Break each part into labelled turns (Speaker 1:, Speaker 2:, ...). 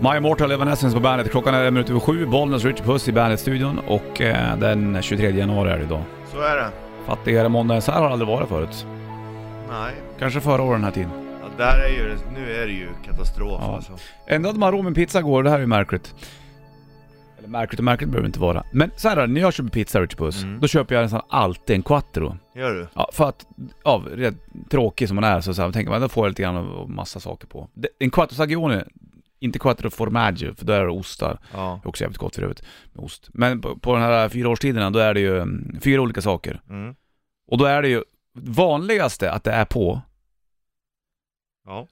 Speaker 1: My Immortal Evan Essence på bandet. Klockan är en minut över sju. Bollnäs Richard Puss i bandet-studion och eh, den 23 januari är det idag.
Speaker 2: Så är det.
Speaker 1: Fattigare måndag än så här har det aldrig varit förut.
Speaker 2: Nej.
Speaker 1: Kanske förra året den här tiden.
Speaker 2: Ja, där är ju, det- nu är det ju katastrof
Speaker 1: Ja.
Speaker 2: alltså.
Speaker 1: Ändå hade man råd med pizza igår, det här är ju märkligt. Eller märkligt och märkligt behöver det inte vara. Men så här är det, när jag köper pizza Richard Puss,
Speaker 2: Mm.
Speaker 1: då köper jag nästan alltid en quattro.
Speaker 2: Gör du?
Speaker 1: Ja, för att, av rätt tråkig som man är så, så här, tänker man, då får jag lite grann av av massa saker på. Det- En quattro stagione, inte quattro formaggio, för då är det ostar.
Speaker 2: Ja.
Speaker 1: Det är också jävligt gott för övrigt, med ost. Men på, på den här fyraårstiderna, då är det ju mm, fyra olika saker.
Speaker 2: Mm.
Speaker 1: Och då är det ju vanligaste att det är på
Speaker 2: Ja.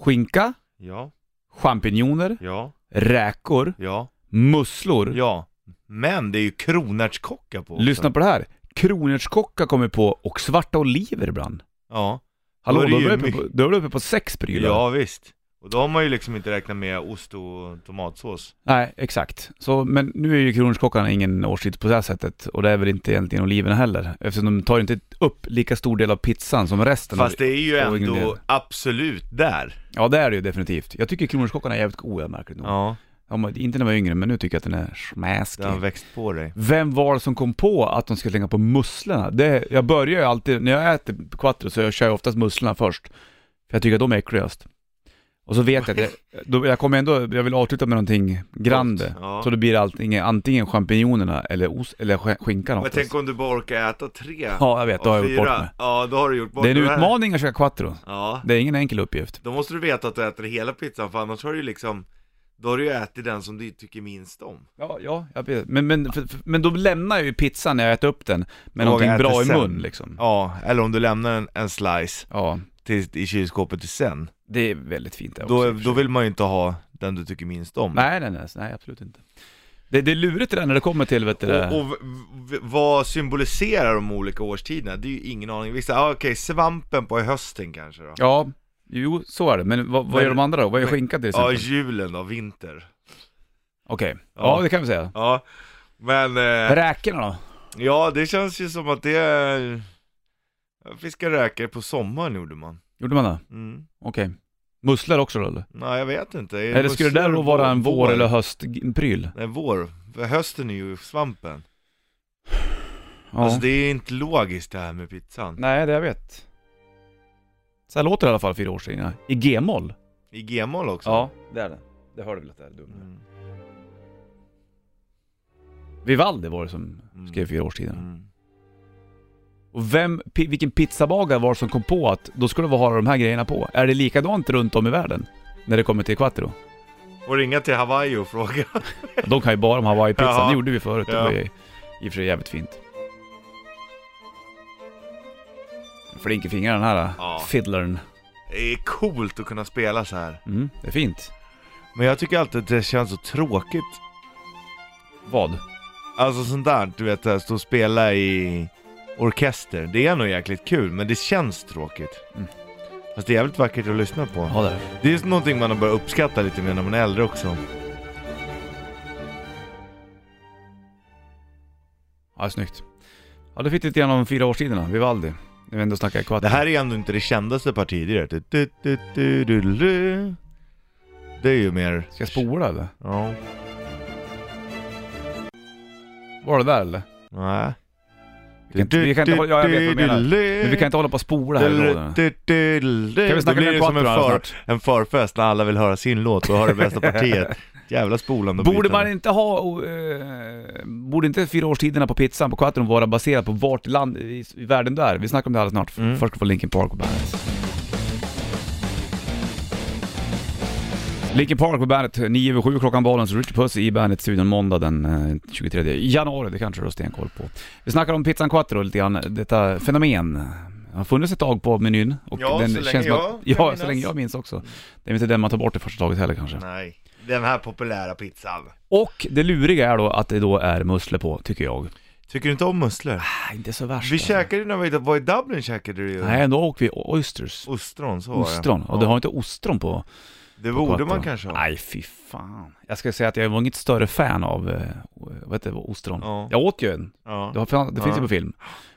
Speaker 1: skinka,
Speaker 2: Ja.
Speaker 1: champinjoner,
Speaker 2: Ja.
Speaker 1: räkor,
Speaker 2: Ja.
Speaker 1: musslor.
Speaker 2: Ja. Men det är ju kronärtskocka på också.
Speaker 1: Lyssna på det här. Kronärtskocka kommer på och svarta oliver ibland.
Speaker 2: Ja.
Speaker 1: Hallå,
Speaker 2: Då är det
Speaker 1: då är
Speaker 2: ju
Speaker 1: du uppe
Speaker 2: mycket-
Speaker 1: på, då är du uppe på sex prylar.
Speaker 2: Ja visst. Och då har man ju liksom inte räknat med ost och tomatsås.
Speaker 1: Nej, exakt. Så, men nu är ju kronärtskockan ingen årstid på det här sättet och det är väl inte egentligen oliverna heller. Eftersom de tar ju inte upp lika stor del av pizzan som resten.
Speaker 2: Fast
Speaker 1: av...
Speaker 2: det är ju
Speaker 1: och
Speaker 2: ändå
Speaker 1: ingredienser.
Speaker 2: absolut där.
Speaker 1: Ja, det är det ju definitivt. Jag tycker kronärtskockan är jävligt god, märkligt nog.
Speaker 2: Ja.
Speaker 1: Ja, men inte när jag var yngre, men nu tycker jag att den är smaskig.
Speaker 2: Det har växt på dig.
Speaker 1: Vem var det som kom på att de skulle slänga på musslorna? Det, jag börjar ju alltid, när jag äter quattro så jag kör jag oftast musslorna först. För jag tycker att de är äckligast. Och så vet jag att jag, då, jag kommer ändå, jag vill avsluta med någonting grande.
Speaker 2: Gott, ja.
Speaker 1: Så då blir det allting, antingen champinjonerna eller, os, eller sk- skinkan
Speaker 2: Men
Speaker 1: oftast.
Speaker 2: tänk om du bara orkar äta tre.
Speaker 1: Ja, jag vet, då har jag gjort bort mig.
Speaker 2: Ja, då har du gjort bort
Speaker 1: Det är en
Speaker 2: här.
Speaker 1: utmaning att köra quattro.
Speaker 2: Ja.
Speaker 1: Det är ingen enkel uppgift.
Speaker 2: Då måste du veta att du äter hela pizzan för annars har du ju liksom Då har du ju ätit den som du tycker minst om
Speaker 1: Ja, ja, jag vet. Men, men, för, för, men då lämnar jag ju pizzan när jag äter upp den med
Speaker 2: Och
Speaker 1: någonting
Speaker 2: äter
Speaker 1: bra i
Speaker 2: sen.
Speaker 1: mun liksom.
Speaker 2: Ja, eller om du lämnar en, en slice
Speaker 1: Ja,
Speaker 2: till, i kylskåpet till sen
Speaker 1: det är väldigt fint det också.
Speaker 2: då, då vill man ju inte ha den du tycker minst om
Speaker 1: Nej, nej, nej, nej absolut inte. Det, det är lurigt det där när det kommer till, vet du det.
Speaker 2: Och, och v, v, vad symboliserar de olika årstiderna? Det är ju ingen aning, vissa, ah, okej svampen på hösten kanske då?
Speaker 1: Ja, jo så är det. Men vad, vad
Speaker 2: Men-
Speaker 1: gör de andra då? Vad gör
Speaker 2: men-
Speaker 1: skinka till
Speaker 2: Ja,
Speaker 1: exempel?
Speaker 2: julen då, vinter
Speaker 1: Okej, ja.
Speaker 2: Ja.
Speaker 1: det kan vi säga.
Speaker 2: Ja, men eh,
Speaker 1: Räkorna då?
Speaker 2: ja det känns ju som att det är Fiska räkor på sommaren gjorde man
Speaker 1: Gjorde man det?
Speaker 2: mm.
Speaker 1: Okej. Musslor också då eller?
Speaker 2: Nej jag vet inte
Speaker 1: Eller skulle det där då vara en vår eller höstpryl?
Speaker 2: Nej vår, för hösten är ju svampen
Speaker 1: Ja.
Speaker 2: Alltså det är inte logiskt det här med pizzan
Speaker 1: Nej, det jag vet. Så här låter det i alla fall fyra år senare. I g-moll.
Speaker 2: I g-moll också
Speaker 1: det är det. Det hör du väl att det är dumt.
Speaker 2: mm.
Speaker 1: Vivaldi var det som skrev fyra årstiderna.
Speaker 2: Mm.
Speaker 1: Och vem, pi- vilken pizzabagare var det som kom på att då skulle vi ha de här grejerna på? Är det likadant runt om i världen? När det kommer till quattro?
Speaker 2: Och ringa till Hawaii och fråga
Speaker 1: Ja, De kan ju bara om hawaii-pizzan,
Speaker 2: Jaha.
Speaker 1: det gjorde vi förut. Det
Speaker 2: Ja.
Speaker 1: var ju i och för sig jävligt fint. Flink i fingrarna den här
Speaker 2: Ja.
Speaker 1: fiddlern.
Speaker 2: Det är coolt att kunna spela så här
Speaker 1: Mm, det är fint.
Speaker 2: Men jag tycker alltid att det känns så tråkigt
Speaker 1: Vad?
Speaker 2: Alltså sånt där, du vet, att stå och spela i orkester Det är nog jäkligt kul, men det känns tråkigt
Speaker 1: Mm.
Speaker 2: Fast det är jävligt vackert att lyssna på
Speaker 1: Ja, det är det.
Speaker 2: Det är just någonting man har börjat uppskatta lite mer när man är äldre också
Speaker 1: Ja, snyggt. Ja, du fick lite grann om fyra årstiderna, Vivaldi. När vi ändå snackar quattro.
Speaker 2: Det här är ändå inte det kändaste partiet i det. Du, du, du, du, du. Det är ju mer...
Speaker 1: Ska jag spola eller?
Speaker 2: Ja.
Speaker 1: Var det där eller?
Speaker 2: Nej.
Speaker 1: Vi kan inte, vi kan inte hålla, ja, jag vet vad du menar. Men vi kan inte hålla på och spola här i råden. Kan
Speaker 2: Kan
Speaker 1: vi snacka
Speaker 2: blir
Speaker 1: mer
Speaker 2: det som en,
Speaker 1: quattro här
Speaker 2: för,
Speaker 1: snart?
Speaker 2: en förfest när alla vill höra sin låt och höra det bästa partiet. Jävla spolande och
Speaker 1: Borde
Speaker 2: bytande.
Speaker 1: man inte ha, och, eh, borde inte fyraårstiderna på pizzan på quattron vara baserat på vart land i, i världen du är? Vi snackar om det alldeles snart.
Speaker 2: Mm.
Speaker 1: Först ska vi få Linkin Park på bandet. Linkin Park på bandet, 9 över 7 klockan bollen, så Richard Puss i bandet-studion måndag den eh, 23 januari, det kanske du har stenkoll på. Vi snackar om pizzan quattro lite grann, detta fenomen. Den har funnits ett tag på menyn och
Speaker 2: Ja,
Speaker 1: den
Speaker 2: så länge
Speaker 1: känns som
Speaker 2: jag
Speaker 1: att, Ja,
Speaker 2: kan
Speaker 1: så
Speaker 2: minnas.
Speaker 1: länge jag minns också. Det är väl inte den man tar bort i första taget heller kanske.
Speaker 2: Nej. Den här populära pizzan.
Speaker 1: Och det luriga är då att det då är musslor på, tycker jag.
Speaker 2: Tycker du inte om musslor?
Speaker 1: Nej, inte så värst.
Speaker 2: Vi
Speaker 1: alltså.
Speaker 2: käkade ju när vi var i Dublin käkade du ju
Speaker 1: Nej, då åker vi oysters.
Speaker 2: ostron, så var det.
Speaker 1: Ostron. Och du har inte ostron på
Speaker 2: Det
Speaker 1: på
Speaker 2: borde
Speaker 1: plattan.
Speaker 2: man kanske ha.
Speaker 1: Nej, fy fan. Jag ska säga att jag var inget större fan av, eh, vad heter det, ostron.
Speaker 2: Ja.
Speaker 1: Jag åt ju en.
Speaker 2: Ja.
Speaker 1: Det, har, fan- det finns
Speaker 2: Ja.
Speaker 1: ju på film.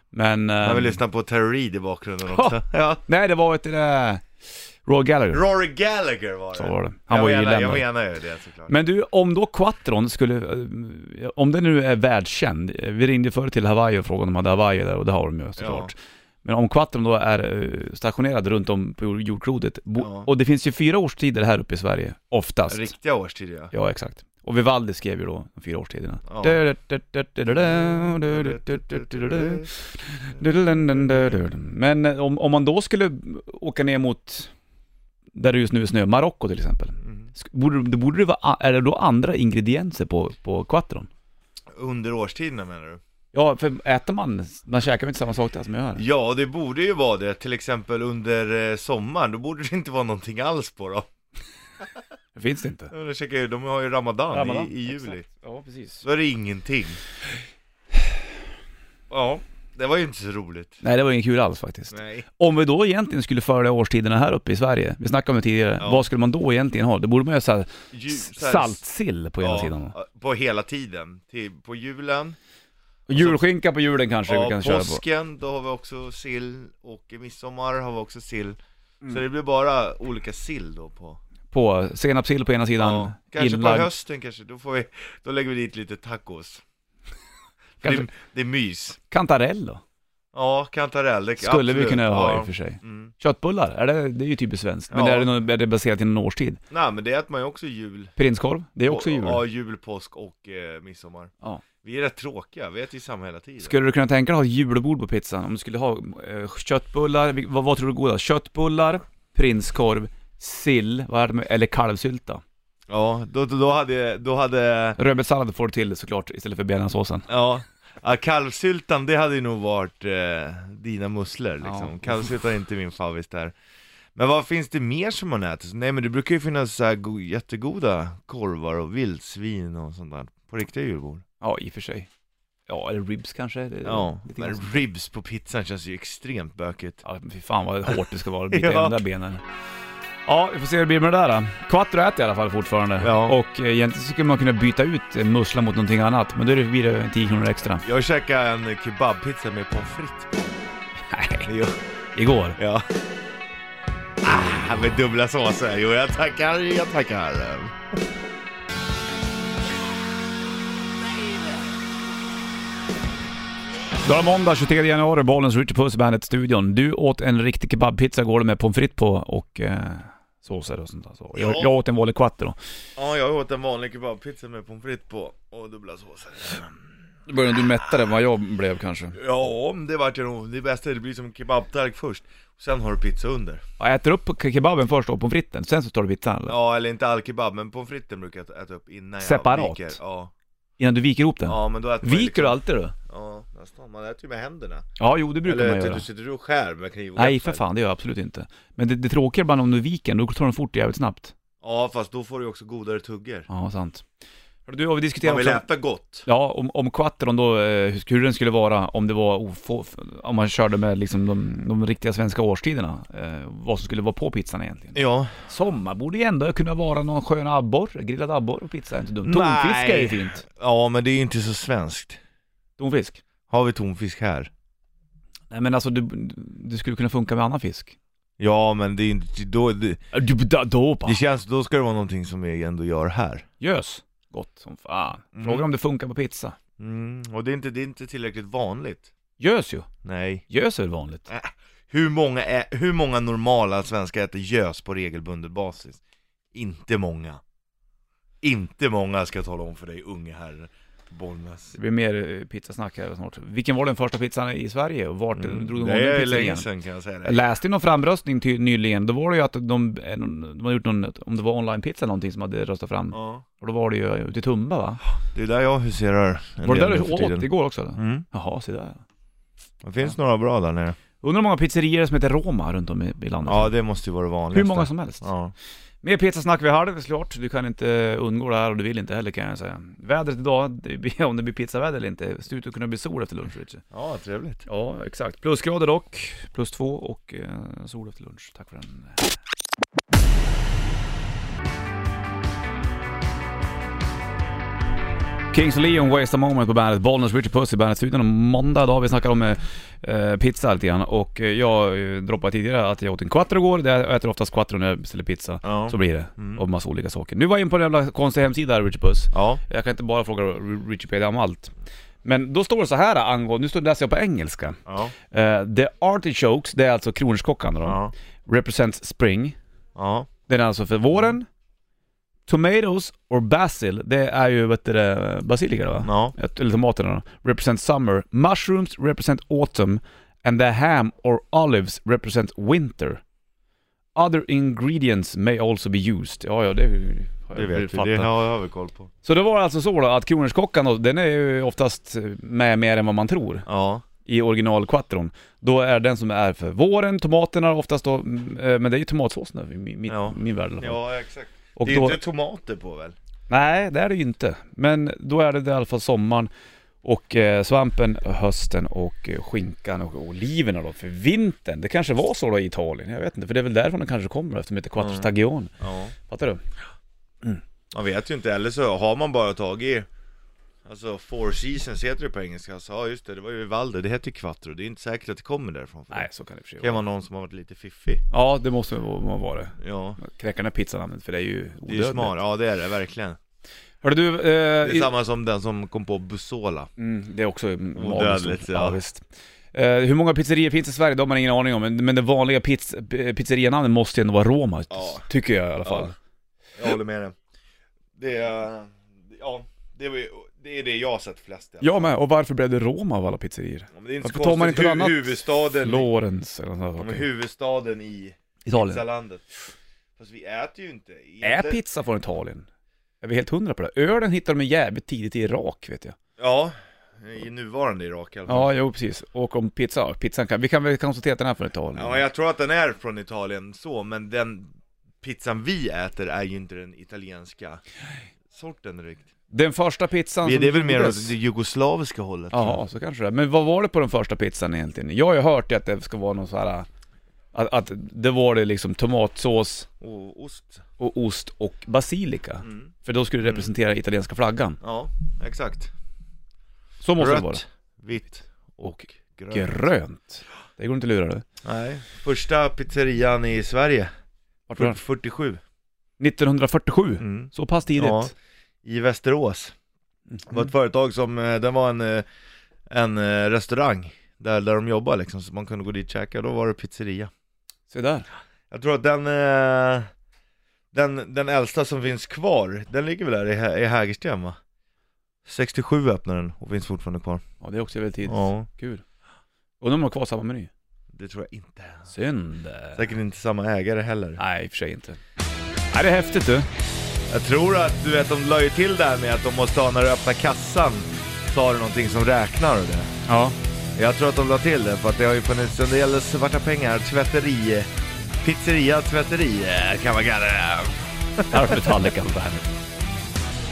Speaker 1: Men... eh,
Speaker 2: Man vill lyssna på Terrorid i bakgrunden också. Ja.
Speaker 1: nej, det var ett... eh, Roy Gallagher.
Speaker 2: Rory Gallagher var det.
Speaker 1: Så var det. Han var ju
Speaker 2: jag, menar, jag
Speaker 1: irländare.
Speaker 2: menar ju det såklart.
Speaker 1: Men du, om då Quattron skulle, eh, om den nu är världskänd, eh, vi ringde förr till Hawaii och frågade om de hade Hawaii där och det har de ju såklart. Men om Quattron då är eh, stationerad runt om på jord- jordklotet, bo,
Speaker 2: Ja.
Speaker 1: och det finns ju fyra årstider här uppe i Sverige, oftast.
Speaker 2: Riktiga årstider ja.
Speaker 1: Ja, exakt. Och Vivaldi skrev ju då de fyra årstiderna.
Speaker 2: Ja.
Speaker 1: Men eh, om, om man då skulle åka ner mot där det just nu är snö, Marocko till exempel.
Speaker 2: Mm.
Speaker 1: Sk- Borde, det borde det vara, a- är det då andra ingredienser på, på quattron?
Speaker 2: Under årstiderna menar du?
Speaker 1: Ja, för äter man, man käkar väl inte samma sak där som jag gör?
Speaker 2: Ja, det borde ju vara det. Till exempel under eh, sommaren, då borde det inte vara någonting alls på dem.
Speaker 1: Det finns det inte.
Speaker 2: De, käkar ju- de har ju Ramadan,
Speaker 1: Ramadan,
Speaker 2: i, i juli.
Speaker 1: exakt. Ja, precis.
Speaker 2: Så är det ingenting. Ja, det var ju inte så roligt.
Speaker 1: Nej, det var ingen kul alls faktiskt.
Speaker 2: Nej.
Speaker 1: Om vi då egentligen skulle följa årstiderna här uppe i Sverige, vi snackade om det tidigare,
Speaker 2: Ja.
Speaker 1: vad skulle man då egentligen ha? Det borde man göra såhär
Speaker 2: Ju- så här-
Speaker 1: saltsill på ena sidan.
Speaker 2: Ja, Alltså- på hela tiden. Till, på julen,
Speaker 1: Och Julskinka på julen kanske vi
Speaker 2: ja,
Speaker 1: kan köra på.
Speaker 2: påsken, då har vi också sill och i midsommar har vi också sill. Så det blir bara olika sill då på.
Speaker 1: På senapssill på ena sidan,
Speaker 2: Ja, kanske
Speaker 1: inlagd-
Speaker 2: på hösten kanske, då får vi, då lägger vi dit lite tacos. För
Speaker 1: Kanske-
Speaker 2: Det, det är mys.
Speaker 1: kantarell då?
Speaker 2: Ja, kantarell. Det,
Speaker 1: Skulle vi
Speaker 2: absolut.
Speaker 1: kunna ha i
Speaker 2: Ja.
Speaker 1: och för sig.
Speaker 2: Mm.
Speaker 1: Köttbullar, är det, det är ju typiskt svenskt. Men
Speaker 2: Ja.
Speaker 1: är, det, nå- är det baserat i någon årstid?
Speaker 2: Nej men det äter man ju också jul.
Speaker 1: Prinskorv, det är också jul.
Speaker 2: Ja, jul, påsk och eh, midsommar.
Speaker 1: Ja.
Speaker 2: Vi är rätt tråkiga, vi äter ju samma hela tiden.
Speaker 1: Skulle du kunna tänka dig att ha ett julbord på pizzan? Om du skulle ha eh, köttbullar, vil- vad, vad tror du är godast? Köttbullar, prinskorv, sill, vad är det med, eller kalvsylta.
Speaker 2: Ja, då, då, då hade, då hade,
Speaker 1: Rödbetssallad får du till såklart istället för benasåsen.
Speaker 2: ja, ja kalvsyltan det hade ju nog varit eh, dina musslor
Speaker 1: Ja.
Speaker 2: liksom. Kalvsyltan är inte min favorit där. Men vad finns det mer som man äter? Nej men det brukar ju finnas så här go- jättegoda korvar och vildsvin och sånt där. På riktiga julbord.
Speaker 1: Ja, i och för sig. Ja, eller ribs kanske? Det,
Speaker 2: Ja,
Speaker 1: lite
Speaker 2: men
Speaker 1: grann.
Speaker 2: ribs på pizzan känns ju extremt bökigt.
Speaker 1: Ja, fy fan vad hårt det ska vara att bita
Speaker 2: Ja.
Speaker 1: in de där benen. Ja, vi får se hur det blir med det där. då. Quattro äter jag i alla fall fortfarande.
Speaker 2: Ja.
Speaker 1: Och eh, egentligen skulle man kunna byta ut eh, mussla mot någonting annat, men då är det- blir det 10 kronor extra.
Speaker 2: Jag käkade en kebabpizza med pommes frites.
Speaker 1: Nej,
Speaker 2: Jo,
Speaker 1: igår.
Speaker 2: Ja. Ah, med dubbla såser. Jo, jag tackar, jag tackar.
Speaker 1: Då är det måndag 23 januari, Bollens Richard Puss Bandet-studion. Du åt en riktig kebabpizza igår med pommes frites på och eh, såser och sånt där. Så. Jag,
Speaker 2: Ja.
Speaker 1: jag åt en volley quattro.
Speaker 2: Ja, jag åt en vanlig kebabpizza med pommes frites på och dubbla såser.
Speaker 1: Då började du mättare än vad jag blev kanske.
Speaker 2: Ja, det vart ju nog det bästa. Det blir som kebabtallrik först. Sen har du pizza under.
Speaker 1: Jag äter upp ke- kebaben först och pommes fritesen, sen så tar du pizzan eller?
Speaker 2: Ja, eller inte all kebab, men pommes fritesen brukar jag äta upp innan jag
Speaker 1: Separat?
Speaker 2: viker. Ja.
Speaker 1: Innan du viker ihop den.
Speaker 2: ja, men då äter man ju
Speaker 1: Viker du alltid då?
Speaker 2: Ja, nästan. Man äter ju med händerna.
Speaker 1: Ja, jo det brukar
Speaker 2: eller
Speaker 1: man
Speaker 2: till-
Speaker 1: göra.
Speaker 2: du sitter du och skär med kniv och
Speaker 1: Nej för
Speaker 2: gaffel.
Speaker 1: fan, det gör jag absolut inte. Men det, det tråkiga är bara om du viker den, då tar den fort jävligt snabbt.
Speaker 2: Ja, fast då får du ju också godare tuggor.
Speaker 1: Ja, sant. Hörru Du, har vi diskuterat
Speaker 2: Man vill
Speaker 1: också,
Speaker 2: äta gott.
Speaker 1: ja, om, om quattron då, eh, hur, hur den skulle vara om det var ofå, om man körde med liksom de, de riktiga svenska årstiderna. Eh, vad som skulle vara på pizzan egentligen.
Speaker 2: Ja,
Speaker 1: Sommar borde ju ändå kunna vara någon skön abborre, grillad abborre och pizza, är inte dumt.
Speaker 2: Nej.
Speaker 1: Tonfisk är ju fint.
Speaker 2: ja men det är ju inte så svenskt.
Speaker 1: Tonfisk.
Speaker 2: Har vi tonfisk här?
Speaker 1: Nej men alltså, du, du skulle kunna funka med annan fisk.
Speaker 2: Ja men det är inte, då, det,
Speaker 1: Dopa.
Speaker 2: det känns, då ska det vara någonting som vi ändå gör här.
Speaker 1: Gös. Gott som fan.
Speaker 2: Mm.
Speaker 1: Fråga om det funkar på pizza.
Speaker 2: Mm, och det är, inte, det är inte tillräckligt vanligt.
Speaker 1: Gös ju.
Speaker 2: Nej.
Speaker 1: Gös är väl vanligt?
Speaker 2: Hur många, ä, hur många normala svenskar äter gös på regelbunden basis? Inte många. Inte många ska jag tala om för dig unge herre. Bollnäs.
Speaker 1: Det blir mer eh, pizzasnack här snart. Vilken var den första pizzan i Sverige och vart drog
Speaker 2: Mm,
Speaker 1: de igång
Speaker 2: det
Speaker 1: den
Speaker 2: är
Speaker 1: pizzan
Speaker 2: länge
Speaker 1: igen?
Speaker 2: sedan kan jag säga
Speaker 1: Jag
Speaker 2: det.
Speaker 1: läste i någon framröstning ty- nyligen, då var det ju att de, eh, någon- de har gjort någon, om det var online-pizza eller någonting som hade röstat fram.
Speaker 2: Ja.
Speaker 1: Och då var det ju eh, ute i Tumba va?
Speaker 2: Det är där jag huserar en
Speaker 1: Var det
Speaker 2: del
Speaker 1: där du
Speaker 2: nu för tiden.
Speaker 1: åt igår också eller?
Speaker 2: Mm.
Speaker 1: Jaha, se där.
Speaker 2: Det finns några bra där nere.
Speaker 1: Undrar hur många pizzerier som heter Roma runt om i, i landet?
Speaker 2: Ja det måste ju vara det vanligaste.
Speaker 1: hur många som helst.
Speaker 2: Ja.
Speaker 1: Mer pizzasnack vi hade såklart. Du kan inte eh, undgå det här och du vill inte heller kan jag säga. Vädret idag, det blir- om det blir pizzaväder eller inte, ser ut att kunna bli sol efter lunch Richie.
Speaker 2: ja, trevligt.
Speaker 1: Ja, exakt. Plusgrader dock. Plus två och eh, sol efter lunch. Tack för den. Kings of Leon, Waste a Moment på bandet. Bollnäs, Richard Puss i bandet-studion. Och Måndag idag, vi snackar om eh, pizza lite grann. Och eh, jag eh, droppade tidigare att jag åt en quattro igår. Det- Jag äter oftast quattro när jag beställer pizza.
Speaker 2: Ja.
Speaker 1: Så blir det.
Speaker 2: Mm.
Speaker 1: Och massa olika saker. Nu var jag in på en jävla konstig hemsida här, Richard Puss.
Speaker 2: Ja.
Speaker 1: Jag kan inte bara fråga Wikipedia om allt. Men då står det så här angående, nu står det läser jag på engelska.
Speaker 2: Ja.
Speaker 1: Eh, the artichokes, det är alltså kronärtskockan då,
Speaker 2: Ja.
Speaker 1: represents spring.
Speaker 2: Ja.
Speaker 1: Den är alltså för våren. Tomatoes or basil, det är ju vet du, det, basilika då va?
Speaker 2: Ja.
Speaker 1: Ett- Eller tomaterna då. Represent summer. Mushrooms represent autumn. And the ham or olives represent winter. Other ingredients may also be used. Ja, ja, det har
Speaker 2: Det
Speaker 1: jag
Speaker 2: vet vi,
Speaker 1: fattat.
Speaker 2: det har jag väl koll på.
Speaker 1: Så det var alltså så då att kronärtskockan då, den är ju oftast med mer än vad man tror
Speaker 2: Ja.
Speaker 1: i originalquattron. Då är den som är för våren, tomaterna oftast då, mm, eh, men det är ju tomatsåsen i min,
Speaker 2: Ja.
Speaker 1: min värld i alla fall.
Speaker 2: Ja, exakt.
Speaker 1: Och
Speaker 2: det är
Speaker 1: då,
Speaker 2: inte tomater på väl?
Speaker 1: Nej, det är det ju inte. Men då är det i alla fall sommaren och eh, svampen, hösten och eh, skinkan och oliverna då för vintern. Det kanske var så då i Italien, jag vet inte. För det är väl därifrån det kanske kommer eftersom det heter quattro
Speaker 2: Mm.
Speaker 1: stagione.
Speaker 2: Ja.
Speaker 1: Fattar du?
Speaker 2: Man vet ju inte, eller så har man bara tagit Alltså four seasons heter det på engelska, så ja just det, det var ju Vivaldi, det heter ju quattro, det är inte säkert att det kommer därifrån
Speaker 1: Nej, så kan det i och för sig
Speaker 2: Det kan
Speaker 1: vara.
Speaker 2: vara någon som har varit lite fiffig
Speaker 1: Ja, det måste vara vara det.
Speaker 2: Ja,
Speaker 1: Kräka den här pizzanamnet för det är ju
Speaker 2: det är ju
Speaker 1: odödligt.
Speaker 2: smart, ja det är det verkligen
Speaker 1: Hörru du,
Speaker 2: Det
Speaker 1: eh,
Speaker 2: är
Speaker 1: i,
Speaker 2: samma som den som kom på Busola
Speaker 1: mm, det är också
Speaker 2: Odödligt,
Speaker 1: magiskt.
Speaker 2: ja.
Speaker 1: Ja, visst. Eh, hur många pizzerier finns i Sverige? Det har man ingen aning om, men, men det vanliga pizz, p- pizzerianamnet måste ju ändå vara Roma,
Speaker 2: Ja.
Speaker 1: tycker jag i alla fall.
Speaker 2: Jag håller med dig Det är, ja, det, var ju, det är det jag har sett flest i alla
Speaker 1: Jag med, och varför blev det Roma av alla pizzerier?
Speaker 2: fall. Men det är inte så
Speaker 1: Varför tar man
Speaker 2: konstigt,
Speaker 1: inte
Speaker 2: hu-
Speaker 1: något annat?
Speaker 2: huvudstaden,
Speaker 1: Florens eller något
Speaker 2: ja,
Speaker 1: sånt.
Speaker 2: men huvudstaden i
Speaker 1: Italien.
Speaker 2: pizzalandet Fast vi äter ju inte
Speaker 1: Är
Speaker 2: egentligen-
Speaker 1: pizza från Italien? Är vi helt hundra på det? Ölen hittade de jävligt tidigt i Irak vet jag.
Speaker 2: Ja, i nuvarande Irak i alla fall.
Speaker 1: Ja, jo precis. Och om pizza, ja, pizzan kan, vi kan väl konstatera att den är från Italien.
Speaker 2: Ja, jag tror att den är från Italien så, men den pizzan vi äter är ju inte den italienska sorten riktigt.
Speaker 1: Den första pizzan
Speaker 2: Det är väl mer åt
Speaker 1: gjordes-
Speaker 2: det jugoslaviska hållet. tror jag.
Speaker 1: Alltså, Ja, så kanske det är. Men vad var det på den första pizzan egentligen? Jag har ju hört att det ska vara någon så här... Att, att det var det liksom tomatsås
Speaker 2: Och ost.
Speaker 1: och ost och basilika.
Speaker 2: Mm.
Speaker 1: För då skulle det representera italienska flaggan.
Speaker 2: Ja, exakt.
Speaker 1: Så måste det vara.
Speaker 2: Rött, vitt och grönt.
Speaker 1: Grönt. Det går inte att lura du.
Speaker 2: Nej, första pizzerian i Sverige.
Speaker 1: Vart var
Speaker 2: fyr-
Speaker 1: den?
Speaker 2: 47.
Speaker 1: 1947.
Speaker 2: Mm.
Speaker 1: Så pass tidigt. Mm.
Speaker 2: Ja, i Västerås. Det var ett företag som, eh, den var en, eh, en eh, restaurang där, där de jobbade liksom, så man kunde gå dit och käka, då var det pizzeria
Speaker 1: Se där.
Speaker 2: Jag tror att den, eh, den, den äldsta som finns kvar, den ligger väl där i, Hä- i Hägersten va? 67 öppnade den och finns fortfarande kvar
Speaker 1: Ja, det är också väldigt tidigt.
Speaker 2: Ja,
Speaker 1: Kul. Undrar om de har kvar samma meny.
Speaker 2: det tror jag inte
Speaker 1: Synd.
Speaker 2: Säkert inte samma ägare heller
Speaker 1: Nej, i och för sig inte. Nej, det är häftigt du.
Speaker 2: Jag tror att, du vet de la ju till det här med att de måste ha när du öppnar kassan Så har du någonting som räknar och det
Speaker 1: Ja.
Speaker 2: Jag tror att de la till det för att det har ju funnits en del svarta pengar, tvätteri, pizzeria, tvätteri eh, kan man kalla det.
Speaker 1: Här har Metallica på bandet.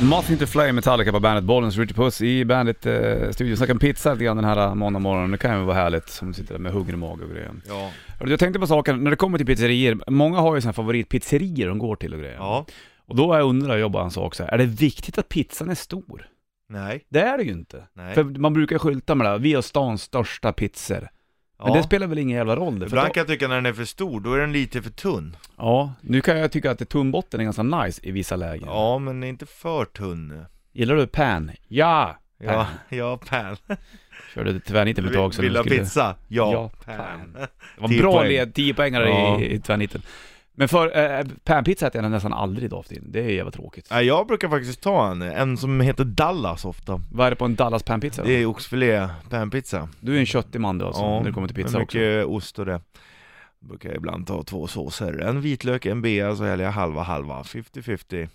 Speaker 1: Mothing to Flame, Metallica på bandet, Bollens Richard Puss i bandet eh, studion. Snackar om pizza lite grann den här eh, måndag morgonen. Det kan ju vara härligt som sitter där med hungrig mage och grejer.
Speaker 2: Ja.
Speaker 1: Hörru, Jag tänkte på saken, när det kommer till pizzerier, många har ju sina favoritpizzerier de går till och grejer.
Speaker 2: Ja.
Speaker 1: Och då har jag undrar jag bara en sak så här. är det viktigt att pizzan är stor?
Speaker 2: Nej.
Speaker 1: Det är det ju inte.
Speaker 2: Nej.
Speaker 1: För man brukar ju skylta med det, här, vi har stans största pizzor. Men
Speaker 2: Ja.
Speaker 1: det spelar väl ingen jävla roll det? för
Speaker 2: Ibland
Speaker 1: då-
Speaker 2: kan jag tycka när den är för stor, då är den lite för tunn.
Speaker 1: Ja, nu kan jag tycka att det tunnbotten är ganska nice i vissa lägen.
Speaker 2: Ja, men inte för tunn.
Speaker 1: Gillar du pan? Ja! Pan.
Speaker 2: Ja, ja pan.
Speaker 1: Körde tvärniten för ett tag sedan.
Speaker 2: Vill du ha
Speaker 1: Skulle-
Speaker 2: pizza? Ja,
Speaker 1: Ja,
Speaker 2: pan.
Speaker 1: Det var en
Speaker 2: Tio
Speaker 1: bra
Speaker 2: poäng.
Speaker 1: led, 10 poängare
Speaker 2: Ja.
Speaker 1: i, i tvärniten. Men för eh, panpizza äter jag nästan aldrig idag för tiden. Det är jävla tråkigt.
Speaker 2: Nej, Jag brukar faktiskt ta en, en som heter Dallas ofta.
Speaker 1: Vad är det på en Dallas panpizza då?
Speaker 2: Det är oxfilé panpizza.
Speaker 1: Du är en köttig man du alltså, när det kommer till pizza
Speaker 2: med
Speaker 1: också.
Speaker 2: mycket ost och det. Brukar jag ibland ta två såser, en vitlök, en bea, så häller jag halva halva, 50-50.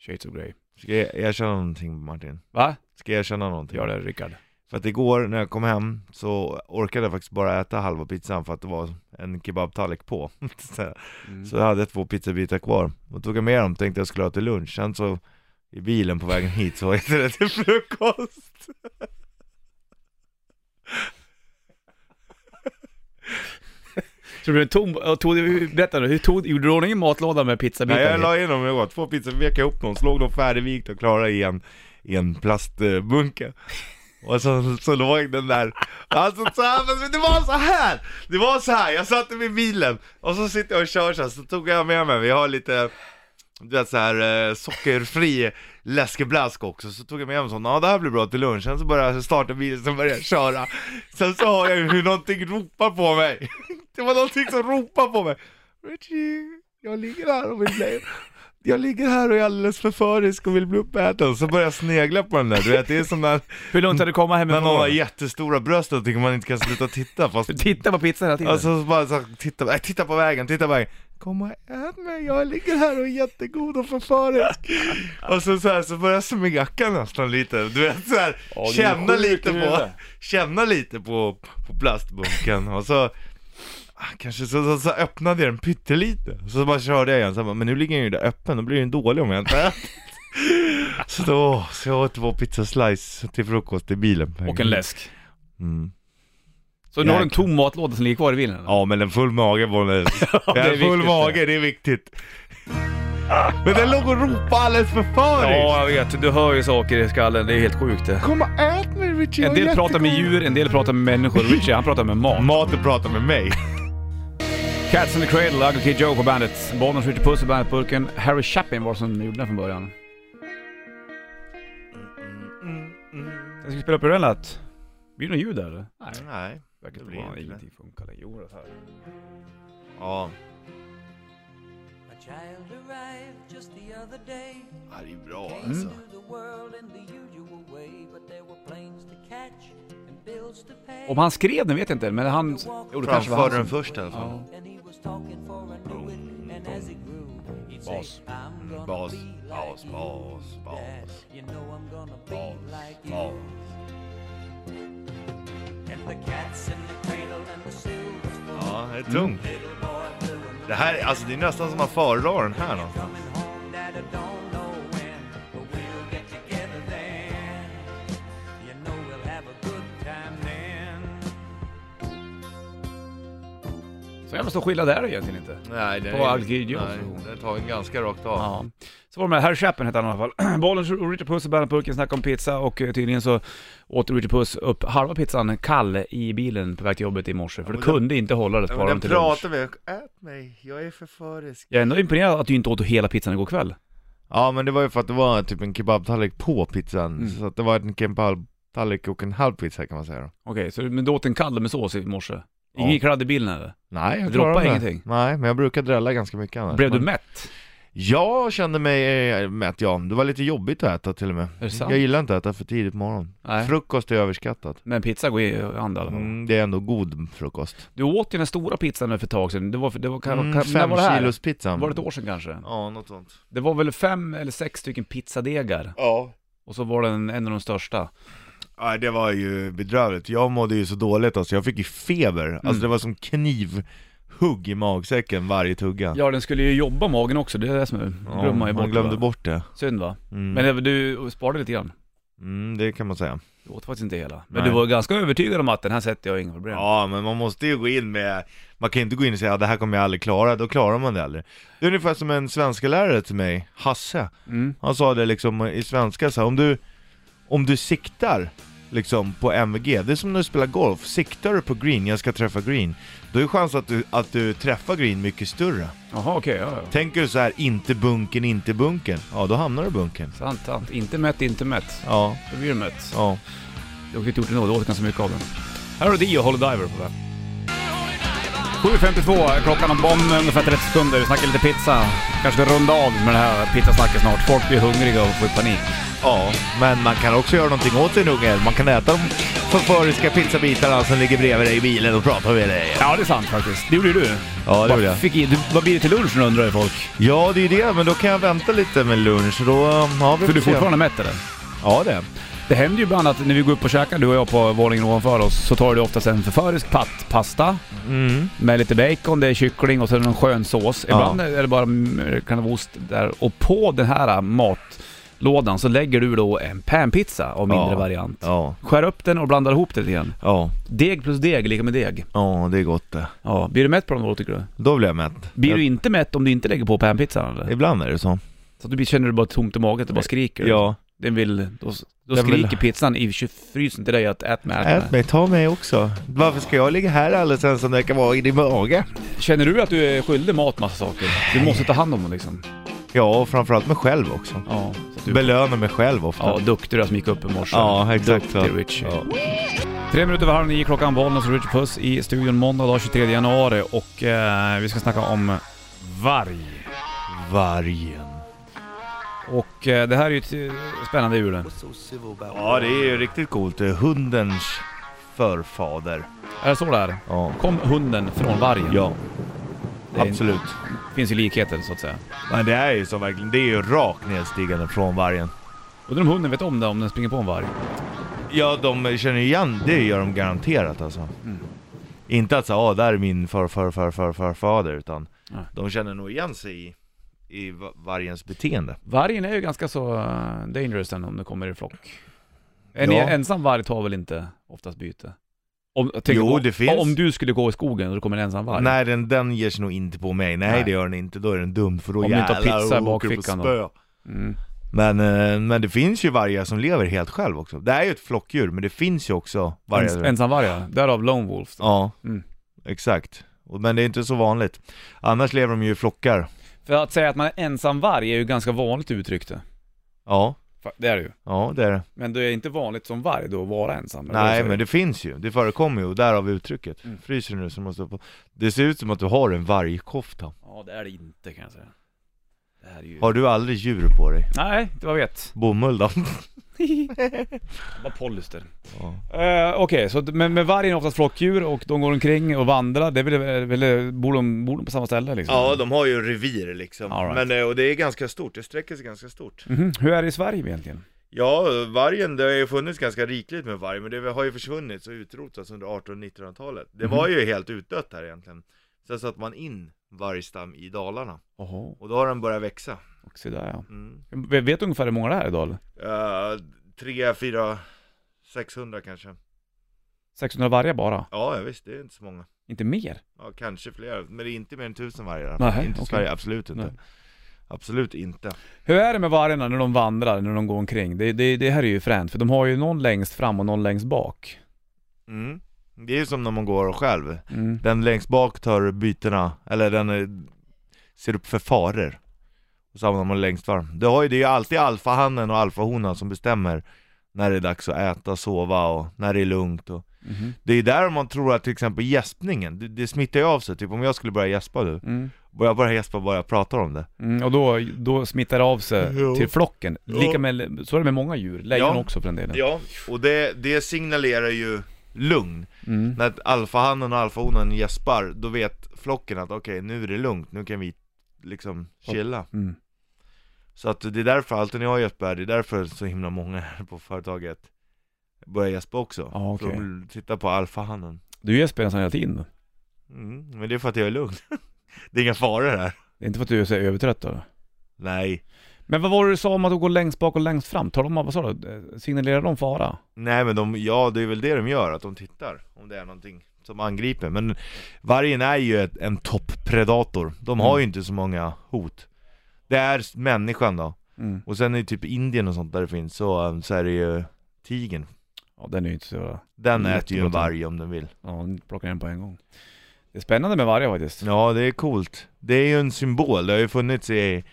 Speaker 1: Shades of Grey.
Speaker 2: Ska jag erkänna någonting Martin?
Speaker 1: Va?
Speaker 2: Ska jag erkänna någonting?
Speaker 1: Gör det Rickard.
Speaker 2: För att igår när jag kom hem så orkade jag faktiskt bara äta halva pizzan för att det var en kebabtallrik på. så
Speaker 1: Mm.
Speaker 2: så jag hade två pizzabitar kvar och tog jag med dem, tänkte jag skulle ha till lunch. Sen så i bilen på vägen hit så åt jag det till frukost.
Speaker 1: Så du blev tom, och tog, berätta nu, hur tog, gjorde du i ordning i matlådan med pizzabitar?
Speaker 2: Nej, jag la in dem, jag åt två pizzor, vek ihop dem, slog dem färdigvikt och klara igen. i en plastbunke. Och så, så låg den där, alltså så här, men det var så här! Det var så här, jag satte mig i bilen och så sitter jag och kör så här, så tog jag med mig, vi har lite du vet såhär eh, sockerfri läskeblask också, så tog jag med mig en sån, ja det här blir bra till lunch, sen så började jag starta bilen, sen började jag köra Sen så hör jag ju hur någonting ropar på mig Det var någonting som ropar på mig Richie, jag ligger här och vill bli jag ligger här och är alldeles förförisk och vill bli uppäten, så börjar jag snegla på den där, du vet det är som när,
Speaker 1: Hur långt har du kommit
Speaker 2: när någon har
Speaker 1: hemifrån?
Speaker 2: jättestora bröst och tycker man inte kan sluta titta fast
Speaker 1: Titta på pizzan hela tiden.
Speaker 2: Alltså så bara så här, titta, nej, titta på vägen, titta på vägen. Kom och ät mig, jag ligger här och är jättegod och förförisk. och så, så här, så börjar jag smeka nästan lite, du vet så här,
Speaker 1: Ja, du är
Speaker 2: känna
Speaker 1: sjuk i
Speaker 2: lite på,
Speaker 1: huvudet.
Speaker 2: känna lite på, på plastbunken och så ah, Kanske så, så, så öppnade jag den pyttelite, så bara körde jag igen, så här, bara, men nu ligger den ju där öppen, då blir den dålig om jag inte äter Så då, så jag åt två pizzaslice till frukost i bilen
Speaker 1: och en läsk.
Speaker 2: mm.
Speaker 1: Så nu har du en
Speaker 2: Jäklar.
Speaker 1: tom matlåda som ligger kvar i bilen? eller?
Speaker 2: Ja men en full mage var det.
Speaker 1: det är
Speaker 2: en full
Speaker 1: viktigt,
Speaker 2: mage, det är viktigt. Men den låg och ropade alldeles förföriskt.
Speaker 1: Ja, jag vet. Du hör ju saker i skallen. Det är helt sjukt det.
Speaker 2: Kom och ät mig Richie,
Speaker 1: En
Speaker 2: jag är
Speaker 1: del pratar med
Speaker 2: jättegod.
Speaker 1: djur, en del pratar med människor. Richie, han pratar med mat.
Speaker 2: Maten pratar med mig.
Speaker 1: Cats in the Cradle, Ugly Kid Joe på bandet. Bollnäs Richie Puss i bandetburken. Harry Chapin var det som gjorde den från början.
Speaker 2: Mm,
Speaker 1: Jag ska spela upp hur den lät. Blir det något ljud där eller? Nej.
Speaker 2: Nej,
Speaker 1: Verkar
Speaker 2: det
Speaker 1: inte
Speaker 2: blir
Speaker 1: vara.
Speaker 2: inte det.
Speaker 1: Ingenting funkar. Jo, det här.
Speaker 2: ja.
Speaker 3: A child arrived just the other day.
Speaker 2: Ja, Det är bra
Speaker 3: Came
Speaker 2: alltså.
Speaker 3: to the world in the usual way, but there were planes to catch and bills to pay.
Speaker 1: Om han skrev den vet jag inte, men han... Jo, det kanske var han
Speaker 2: Framförde den
Speaker 1: som...
Speaker 2: först alltså. i alla fall.
Speaker 1: Ja.
Speaker 3: And he was talking for I knew it, and as he grew, he'd
Speaker 1: Boss.
Speaker 3: say, I'm gonna
Speaker 2: Bas,
Speaker 3: be like
Speaker 2: bas,
Speaker 3: you,
Speaker 2: bas,
Speaker 3: Dad.
Speaker 2: bas.
Speaker 3: You know I'm gonna be like you.
Speaker 2: Bas,
Speaker 3: And the cats in the cradle and the silver spoon.
Speaker 2: Ja, det är tungt.
Speaker 3: Little boy blue and
Speaker 2: Det här, alltså det är nästan som man föredrar den här någonstans.
Speaker 3: Coming home, Dad, I don't know when, but we'll get together then. You know we'll have a good time then.
Speaker 1: Så jävla stor skillnad är det egentligen inte.
Speaker 2: Nej, den
Speaker 1: På Ugly Kid Joe.
Speaker 2: Nej, den tar en ganska rakt av.
Speaker 1: Ja. Så var det med Harry Chapin hette han i alla fall. Bollen och Richard Puss och Bandet Purken snackade om pizza och eh, tydligen så åt Richard Puss upp halva pizzan kall i bilen på väg till jobbet i morse. För
Speaker 2: men
Speaker 1: det
Speaker 2: den-
Speaker 1: kunde inte hålla det
Speaker 2: Ja,
Speaker 1: ett
Speaker 2: men
Speaker 1: par
Speaker 2: den
Speaker 1: till lunch.
Speaker 2: pratar vi, ät mig, jag är förförisk.
Speaker 1: Jag är ändå imponerad att du inte åt hela pizzan igår kväll.
Speaker 2: Ja men det var ju för att det var typ en kebabtallrik på pizzan,
Speaker 1: Mm.
Speaker 2: så att det var en kebabtallrik och en halv pizza kan man säga då.
Speaker 1: Okej, så men du åt en kall med sås i morse? Ingen
Speaker 2: Ja.
Speaker 1: kladd i bilen eller?
Speaker 2: Nej, jag
Speaker 1: Det droppar
Speaker 2: klarade mig.
Speaker 1: ingenting?
Speaker 2: Nej, men jag brukar drälla ganska mycket annars.
Speaker 1: Blev du
Speaker 2: Men
Speaker 1: mätt?
Speaker 2: Jag kände mig eh, mätt ja, det var lite jobbigt att äta till och med.
Speaker 1: Är det sant?
Speaker 2: Jag gillar inte att äta för tidigt på morgonen.
Speaker 1: Nej.
Speaker 2: Frukost är överskattat.
Speaker 1: Men pizza går i hand i alla fall.
Speaker 2: Mm, det är ändå god frukost.
Speaker 1: Du åt ju den stora pizzan nu för ett tag sedan. Det var, det var, kan,
Speaker 2: Mm,
Speaker 1: kan, när var det här?
Speaker 2: kilos pizza.
Speaker 1: Var det ett år sedan kanske?
Speaker 2: Ja, något sånt.
Speaker 1: Det var väl fem eller sex stycken pizzadegar?
Speaker 2: Ja.
Speaker 1: Och så var den en av de största.
Speaker 2: Ja det var ju bedrövligt, jag mådde ju så dåligt alltså, jag fick ju feber, alltså det var som knivhugg i magsäcken varje tugga
Speaker 1: Ja, den skulle ju jobba magen också, det är det som är,
Speaker 2: Ja,
Speaker 1: glömmer man ju bort.
Speaker 2: man glömde
Speaker 1: va?
Speaker 2: bort det
Speaker 1: Synd va?
Speaker 2: mm.
Speaker 1: Men det- du sparade lite grann.
Speaker 2: mm, det kan man säga
Speaker 1: Du åt faktiskt inte hela. Men
Speaker 2: Nej.
Speaker 1: du var ganska övertygad om att den här sätter jag inga problem.
Speaker 2: Ja men man måste ju gå in med, man kan ju inte gå in och säga att det här kommer jag aldrig klara, då klarar man det aldrig Det är ungefär som en svenska lärare till mig, Hasse,
Speaker 1: Mm.
Speaker 2: han sa det liksom i svenska så här, om du, om du siktar liksom på MVG, det är som när du spelar golf, siktar du på green, jag ska träffa green, då är chansen att du, att du träffar green mycket större
Speaker 1: Jaha okej, ja, ja.
Speaker 2: Tänker du så här, inte bunken, inte bunken, ja då hamnar du i bunken.
Speaker 1: Sant, sant. Inte mätt, inte mätt.
Speaker 2: Ja,
Speaker 1: Då blir du mätt.
Speaker 2: ja.
Speaker 1: Du har inte gjort det ändå, du åt ganska mycket av den. Här har du Dio, Hollow Diver på det. 7.52 är klockan om bomben, ungefär 30 sekunder. Vi snackar lite pizza. Kanske ska runda av med det här pizzasnacket snart. Folk blir hungriga och får panik.
Speaker 2: Ja, men man kan också göra någonting åt sin unge. Man kan äta de förföriska pizzabitarna som ligger bredvid dig i bilen och prata med dig.
Speaker 1: Ja, det är sant faktiskt. Det gjorde ju du.
Speaker 2: Ja, det gjorde jag.
Speaker 1: Fick i, du, vad blir det till lunch nu undrar ju folk?
Speaker 2: Ja, det är ju det, men då kan jag vänta lite med lunch. Då har vi
Speaker 1: För du är
Speaker 2: får se.
Speaker 1: fortfarande mätt eller?
Speaker 2: Ja, det.
Speaker 1: Det händer ju ibland att när vi går upp och käkar, du och jag på våningen ovanför oss, så tar du oftast en förförisk pat- pasta
Speaker 2: Mm.
Speaker 1: med lite bacon, det är kyckling och sen någon skön sås.
Speaker 2: Ja.
Speaker 1: Ibland är det bara mm, kan det vara ost där. Och på den här matlådan så lägger du då en panpizza av mindre
Speaker 2: Ja.
Speaker 1: variant.
Speaker 2: Ja,
Speaker 1: Skär upp den och blandar ihop det lite grann.
Speaker 2: ja,
Speaker 1: Deg plus deg är lika med deg.
Speaker 2: ja, det är gott det.
Speaker 1: Ja, blir du mätt på dem då tycker du?
Speaker 2: Då blir jag mätt.
Speaker 1: Blir du inte mätt om du inte lägger på panpizzan eller?
Speaker 2: Ibland är det så.
Speaker 1: Så att du blir- känner du bara tomt i magen, att du bara skriker?
Speaker 2: Ja,
Speaker 1: Den vill, då, då
Speaker 2: Den vill-
Speaker 1: skriker pizzan i frysen till dig att ät med, ät
Speaker 2: Ät
Speaker 1: med.
Speaker 2: mig, ta mig också. Varför ska jag ligga här alldeles ensam när jag kan vara i din mage?
Speaker 1: Känner du att du är skyldig mat massa saker? Du måste ta hand om dem liksom.
Speaker 2: Ja, och framförallt mig själv också.
Speaker 1: Ja, så att du,
Speaker 2: Belöna mig själv ofta.
Speaker 1: ja duktig du är som gick upp i morse.
Speaker 2: Ja, exakt så.
Speaker 1: Duktig Richie.
Speaker 2: Ja.
Speaker 1: Tre minuter över halv nio klockan, Bollnäs och Richard Puss i studion måndag dag 23 januari och eh, vi ska snacka om varg.
Speaker 2: Vargen.
Speaker 1: Och eh, det här är ju ett eh, spännande djur det.
Speaker 2: Ja, det är ju riktigt coolt. Det är Hundens förfader.
Speaker 1: Är det så det är?
Speaker 2: Ja.
Speaker 1: Kom hunden från vargen?
Speaker 2: Ja,
Speaker 1: det är,
Speaker 2: absolut.
Speaker 1: finns ju likheter så att säga.
Speaker 2: Men det är ju så verkligen. Det är ju rakt nedstigande från vargen.
Speaker 1: Undrar om hunden vet om det om den springer på en varg?
Speaker 2: Ja, de känner ju igen. Det gör de garanterat alltså. Inte att säga ah, där är min för, för, för, för, förfader, utan
Speaker 1: Nej.
Speaker 2: de känner nog igen sig i, i va- vargens beteende.
Speaker 1: Vargen är ju ganska så eh, dangerous den om den kommer i flock. En
Speaker 2: Ja.
Speaker 1: ensam varg tar väl inte oftast byte? Om, jag tänker
Speaker 2: Jo,
Speaker 1: på-
Speaker 2: det finns.
Speaker 1: Om du skulle gå i skogen och det kommer en ensam varg?
Speaker 2: Nej, den, den ger sig nog inte på mig. Nej,
Speaker 1: Nej.
Speaker 2: det gör den inte. Då är den dum, för då
Speaker 1: Om du inte har
Speaker 2: jävlar
Speaker 1: pizza i
Speaker 2: åker du på
Speaker 1: bakfickan då.
Speaker 2: spö.
Speaker 1: Mm.
Speaker 2: Men, eh, men det finns ju vargar som lever helt själv också. Det är ju ett flockdjur, men det finns ju också vargar.
Speaker 1: Ens, ensamvargar, därav Lone Wolf.
Speaker 2: Ja,
Speaker 1: Mm.
Speaker 2: exakt. Och- Men det är inte så vanligt. Annars lever de ju i flockar.
Speaker 1: För att säga att man är ensam varg är ju ganska vanligt uttryckt det.
Speaker 2: Ja,
Speaker 1: Fa- Det är det ju.
Speaker 2: ja det är det.
Speaker 1: Men det är inte vanligt som varg då att vara ensam. eller vad
Speaker 2: Nej,
Speaker 1: säger
Speaker 2: men
Speaker 1: du?
Speaker 2: det finns ju. Det förekommer ju, och därav uttrycket.
Speaker 1: Mm.
Speaker 2: Fryser nu så måste jag på. Det ser ut som att du har en vargkofta.
Speaker 1: Ja, det är det inte kan jag säga. Det här är ju...
Speaker 2: Har du aldrig djur på dig?
Speaker 1: Nej, det var vet.
Speaker 2: Bomull då?
Speaker 1: Bara pollister.
Speaker 2: Ja.
Speaker 1: Eh, Okej, så att- men, men vargen är oftast flockdjur och de går omkring och vandrar. Det är väl, väl, bor, de, bor de på samma ställe liksom?
Speaker 2: de har ju revir liksom.
Speaker 1: All right.
Speaker 2: Men, och det är ganska stort. Det sträcker sig ganska stort.
Speaker 1: Mhm. Hur är det i Sverige egentligen?
Speaker 2: Ja, vargen, det har ju funnits ganska rikligt med varg, men det har ju försvunnit och utrotats under 1800-1900-talet. Det var
Speaker 1: Mhm.
Speaker 2: ju helt utdött här egentligen. Sen satte man in vargstam i Dalarna,
Speaker 1: Jaha,
Speaker 2: och då har den börjat växa.
Speaker 1: och så där ja.
Speaker 2: Mm.
Speaker 1: V- Vet du ungefär hur många det är idag eller?
Speaker 2: Eh, tre, fyra, 600 kanske.
Speaker 1: 600 vargar bara?
Speaker 2: Ja, ja, visst, det är inte så många.
Speaker 1: Inte mer?
Speaker 2: Ja, kanske fler, men det är inte mer än tusen vargar. i alla
Speaker 1: Nej,
Speaker 2: fall. inte i
Speaker 1: okej.
Speaker 2: Sverige, absolut inte.
Speaker 1: Nej.
Speaker 2: Absolut inte.
Speaker 1: Hur är det med vargarna när de vandrar, när de går omkring? Det, det, det här är ju fränt, för de har ju någon längst fram och någon längst bak.
Speaker 2: Mm. Det är ju som när man går själv.
Speaker 1: Mm.
Speaker 2: Den längst bak tar bytena, eller den eh, ser upp för faror. Och så hamnar man längst fram. Det, har ju, det är ju alltid alfahannen och alfahonan som bestämmer när det är dags att äta, sova och när det är lugnt. Och.
Speaker 1: Mhm.
Speaker 2: Det är där man tror att till exempel gäspningen, det, det smittar ju av sig. Typ om jag skulle börja gäspa nu,
Speaker 1: Mm.
Speaker 2: och jag börjar gäspa bara jag pratar om det.
Speaker 1: Mm, och då, då smittar det av sig
Speaker 2: Jo.
Speaker 1: till flocken.
Speaker 2: Ja.
Speaker 1: Lika med, så är det med många djur, lejon
Speaker 2: Ja.
Speaker 1: också för den delen.
Speaker 2: Ja, och det, det signalerar ju lugn.
Speaker 1: Mm.
Speaker 2: När alfahannen och alfahonan gäspar, då vet flocken att okej, nu är det lugnt, nu kan vi liksom chilla.
Speaker 1: Mm.
Speaker 2: Så att det är därför, alltid när jag gäspar, det är därför så himla många här på företaget börjar gäspa också.
Speaker 1: Ja, okej.
Speaker 2: För de tittar på alfahannen.
Speaker 1: Du gäspar nästan hela tiden. då.
Speaker 2: Mm, men det är för att jag är lugn. det är inga faror här.
Speaker 1: Det är inte för att du är så övertrött då?
Speaker 2: Nej.
Speaker 1: Men vad var det du sa om att de går längst bak och längst fram? Tar de, vad sa du? Eh, Signalerar de fara?
Speaker 2: Nej men de, ja det är väl det de gör, att de tittar om det är någonting som angriper. Men vargen är ju ett, en topppredator. De har
Speaker 1: Mm.
Speaker 2: ju inte så många hot. Det är s- människan då.
Speaker 1: Mm.
Speaker 2: Och sen är det typ Indien och sånt där det finns, så, eh, så är det ju tigern.
Speaker 1: Ja, den är ju inte så...
Speaker 2: Den
Speaker 1: Lätt
Speaker 2: äter ju en
Speaker 1: att ta.
Speaker 2: varg om den vill.
Speaker 1: Ja, den plockar en på en gång. Det är spännande med vargar faktiskt.
Speaker 2: Ja, det är coolt. Det är ju en symbol, det har ju funnits i,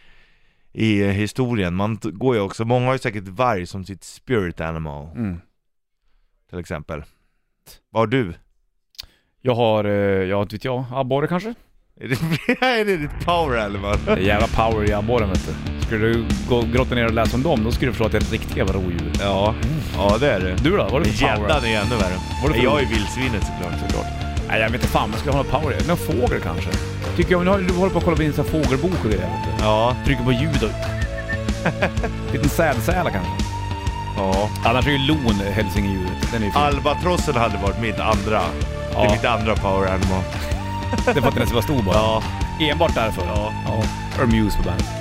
Speaker 2: i historien. Man t- går ju också, många har ju säkert varg som sitt spirit animal,
Speaker 1: Mm.
Speaker 2: till exempel. Vad har du?
Speaker 1: Jag har, eh, ja inte vet jag, abborre kanske?
Speaker 2: Är det, är det ditt power animal?
Speaker 1: Det är jävla power i abborren vet du. Skulle du gå, grotta ner och läsa om dem, då skulle du förstå att det är ett riktigt jävla rovdjur.
Speaker 2: Ja, ja det är det.
Speaker 1: Du då? Vad har du för power?
Speaker 2: Gäddan är ännu värre.
Speaker 1: Vad är det för
Speaker 2: Jag är vildsvinet såklart.
Speaker 1: såklart. Nej, jag vet inte fan, men skulle jag ha någon power? Någon fågel kanske? Tycker jag, men nu har- du håller på att kolla på din sån här fågelbok och grejer. vet du.
Speaker 2: Ja,
Speaker 1: Trycker på ljud och... Liten sädsäla kanske.
Speaker 2: ja.
Speaker 1: Annars är ju lon hälsingedjuret. Den är ju fin.
Speaker 2: Albatrossen hade varit mitt andra. Det
Speaker 1: Ja.
Speaker 2: är mitt andra power animal.
Speaker 1: Det är för att den är så pass stor bara.
Speaker 2: Ja,
Speaker 1: Enbart därför? Ja. ja. Or Muse på bandet.